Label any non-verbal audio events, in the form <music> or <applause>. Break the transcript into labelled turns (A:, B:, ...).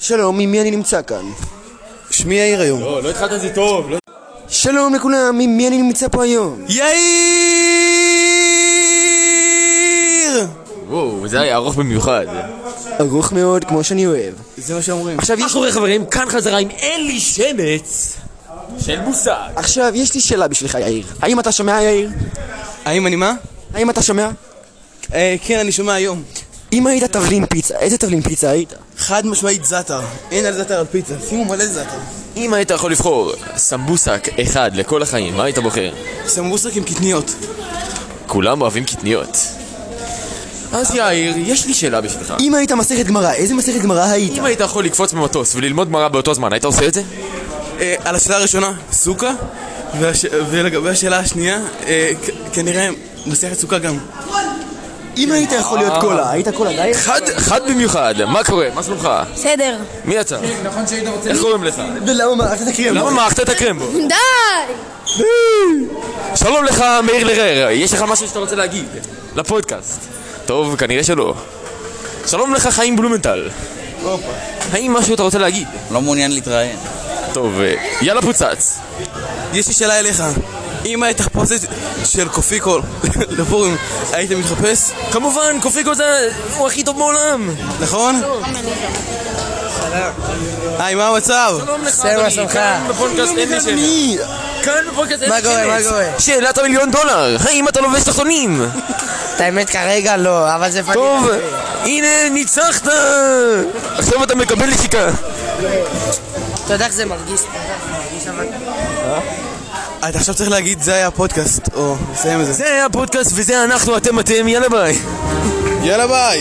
A: שלום, עם מי אני נמצא כאן?
B: שמי יאיר היום.
C: לא, לא התחלת את זה טוב. לא...
A: שלום לכולם, עם מי אני נמצא פה היום?
B: יאיר!
C: וואו, זה היה ארוך במיוחד.
A: ארוך מאוד, כמו שאני אוהב.
B: זה מה שאומרים.
A: עכשיו
D: מה
A: יש,
D: קורה חברים? כאן חזרה עם אין לי שמץ
C: של מושג.
A: עכשיו, יש לי שאלה בשבילך, יאיר. האם אתה שומע, יאיר?
B: האם אני מה?
A: האם אתה שומע?
B: אה, כן, אני שומע היום.
A: אם היית תבלין פיצה, איזה תבלין פיצה היית?
B: חד משמעית זאטר. אין על זאטר על פיצה. שימו מלא זאטר.
C: אם היית יכול לבחור סמבוסק אחד לכל החיים, מה היית בוחר?
B: סמבוסק עם קטניות.
C: כולם אוהבים קטניות. אז יאיר, יש לי שאלה בשבילך.
A: אם היית מסכת גמרא, איזה מסכת גמרא היית?
C: אם היית יכול לקפוץ ממטוס וללמוד גמרא באותו זמן, היית עושה את זה?
B: אה, על השאלה הראשונה, סוכה. והש... ולגבי השאלה השנייה, אה, כ- כנראה מסכת סוכה גם.
A: אם היית יכול להיות קולה, היית קולה דייר?
C: חד, חד במיוחד, מה קורה? מה שלומך?
E: בסדר.
C: מי יצא? איך קוראים לך?
A: ולמה מה? אתה תקריא.
C: למה מערכת את הקרמבו?
E: די!
C: שלום לך, מאיר לרר, יש לך משהו שאתה רוצה להגיד? לפודקאסט. טוב, כנראה שלא. שלום לך, חיים בלומנטל. האם משהו אתה רוצה להגיד?
F: לא מעוניין להתראיין.
C: טוב, אה, יאללה פוצץ.
B: יש לי שאלה אליך. אם היית תחפושת של קופיקו <laughs> לפורים, היית מתחפש?
C: כמובן, קופיקו זה... הוא הכי טוב בעולם.
B: נכון? היי, מה המצב?
C: שלום לך, אדוני, כאן בפודקאסט אין לי שמץ. כאן בפודקאסט אין לי
G: מה קורה, מה
C: שמץ.
G: קורה?
C: שאלת המיליון דולר, האם אתה לובש תחתונים?
G: את האמת כרגע לא, אבל זה פנים.
C: טוב, הנה, ניצחת! עכשיו אתה מקבל נשיקה.
G: אתה יודע איך זה מרגיש? אתה יודע איך זה מרגיש, אבל...
B: אתה עכשיו צריך להגיד זה היה הפודקאסט, או לסיים את זה.
C: זה היה הפודקאסט וזה אנחנו, אתם אתם, יאללה ביי.
B: יאללה ביי!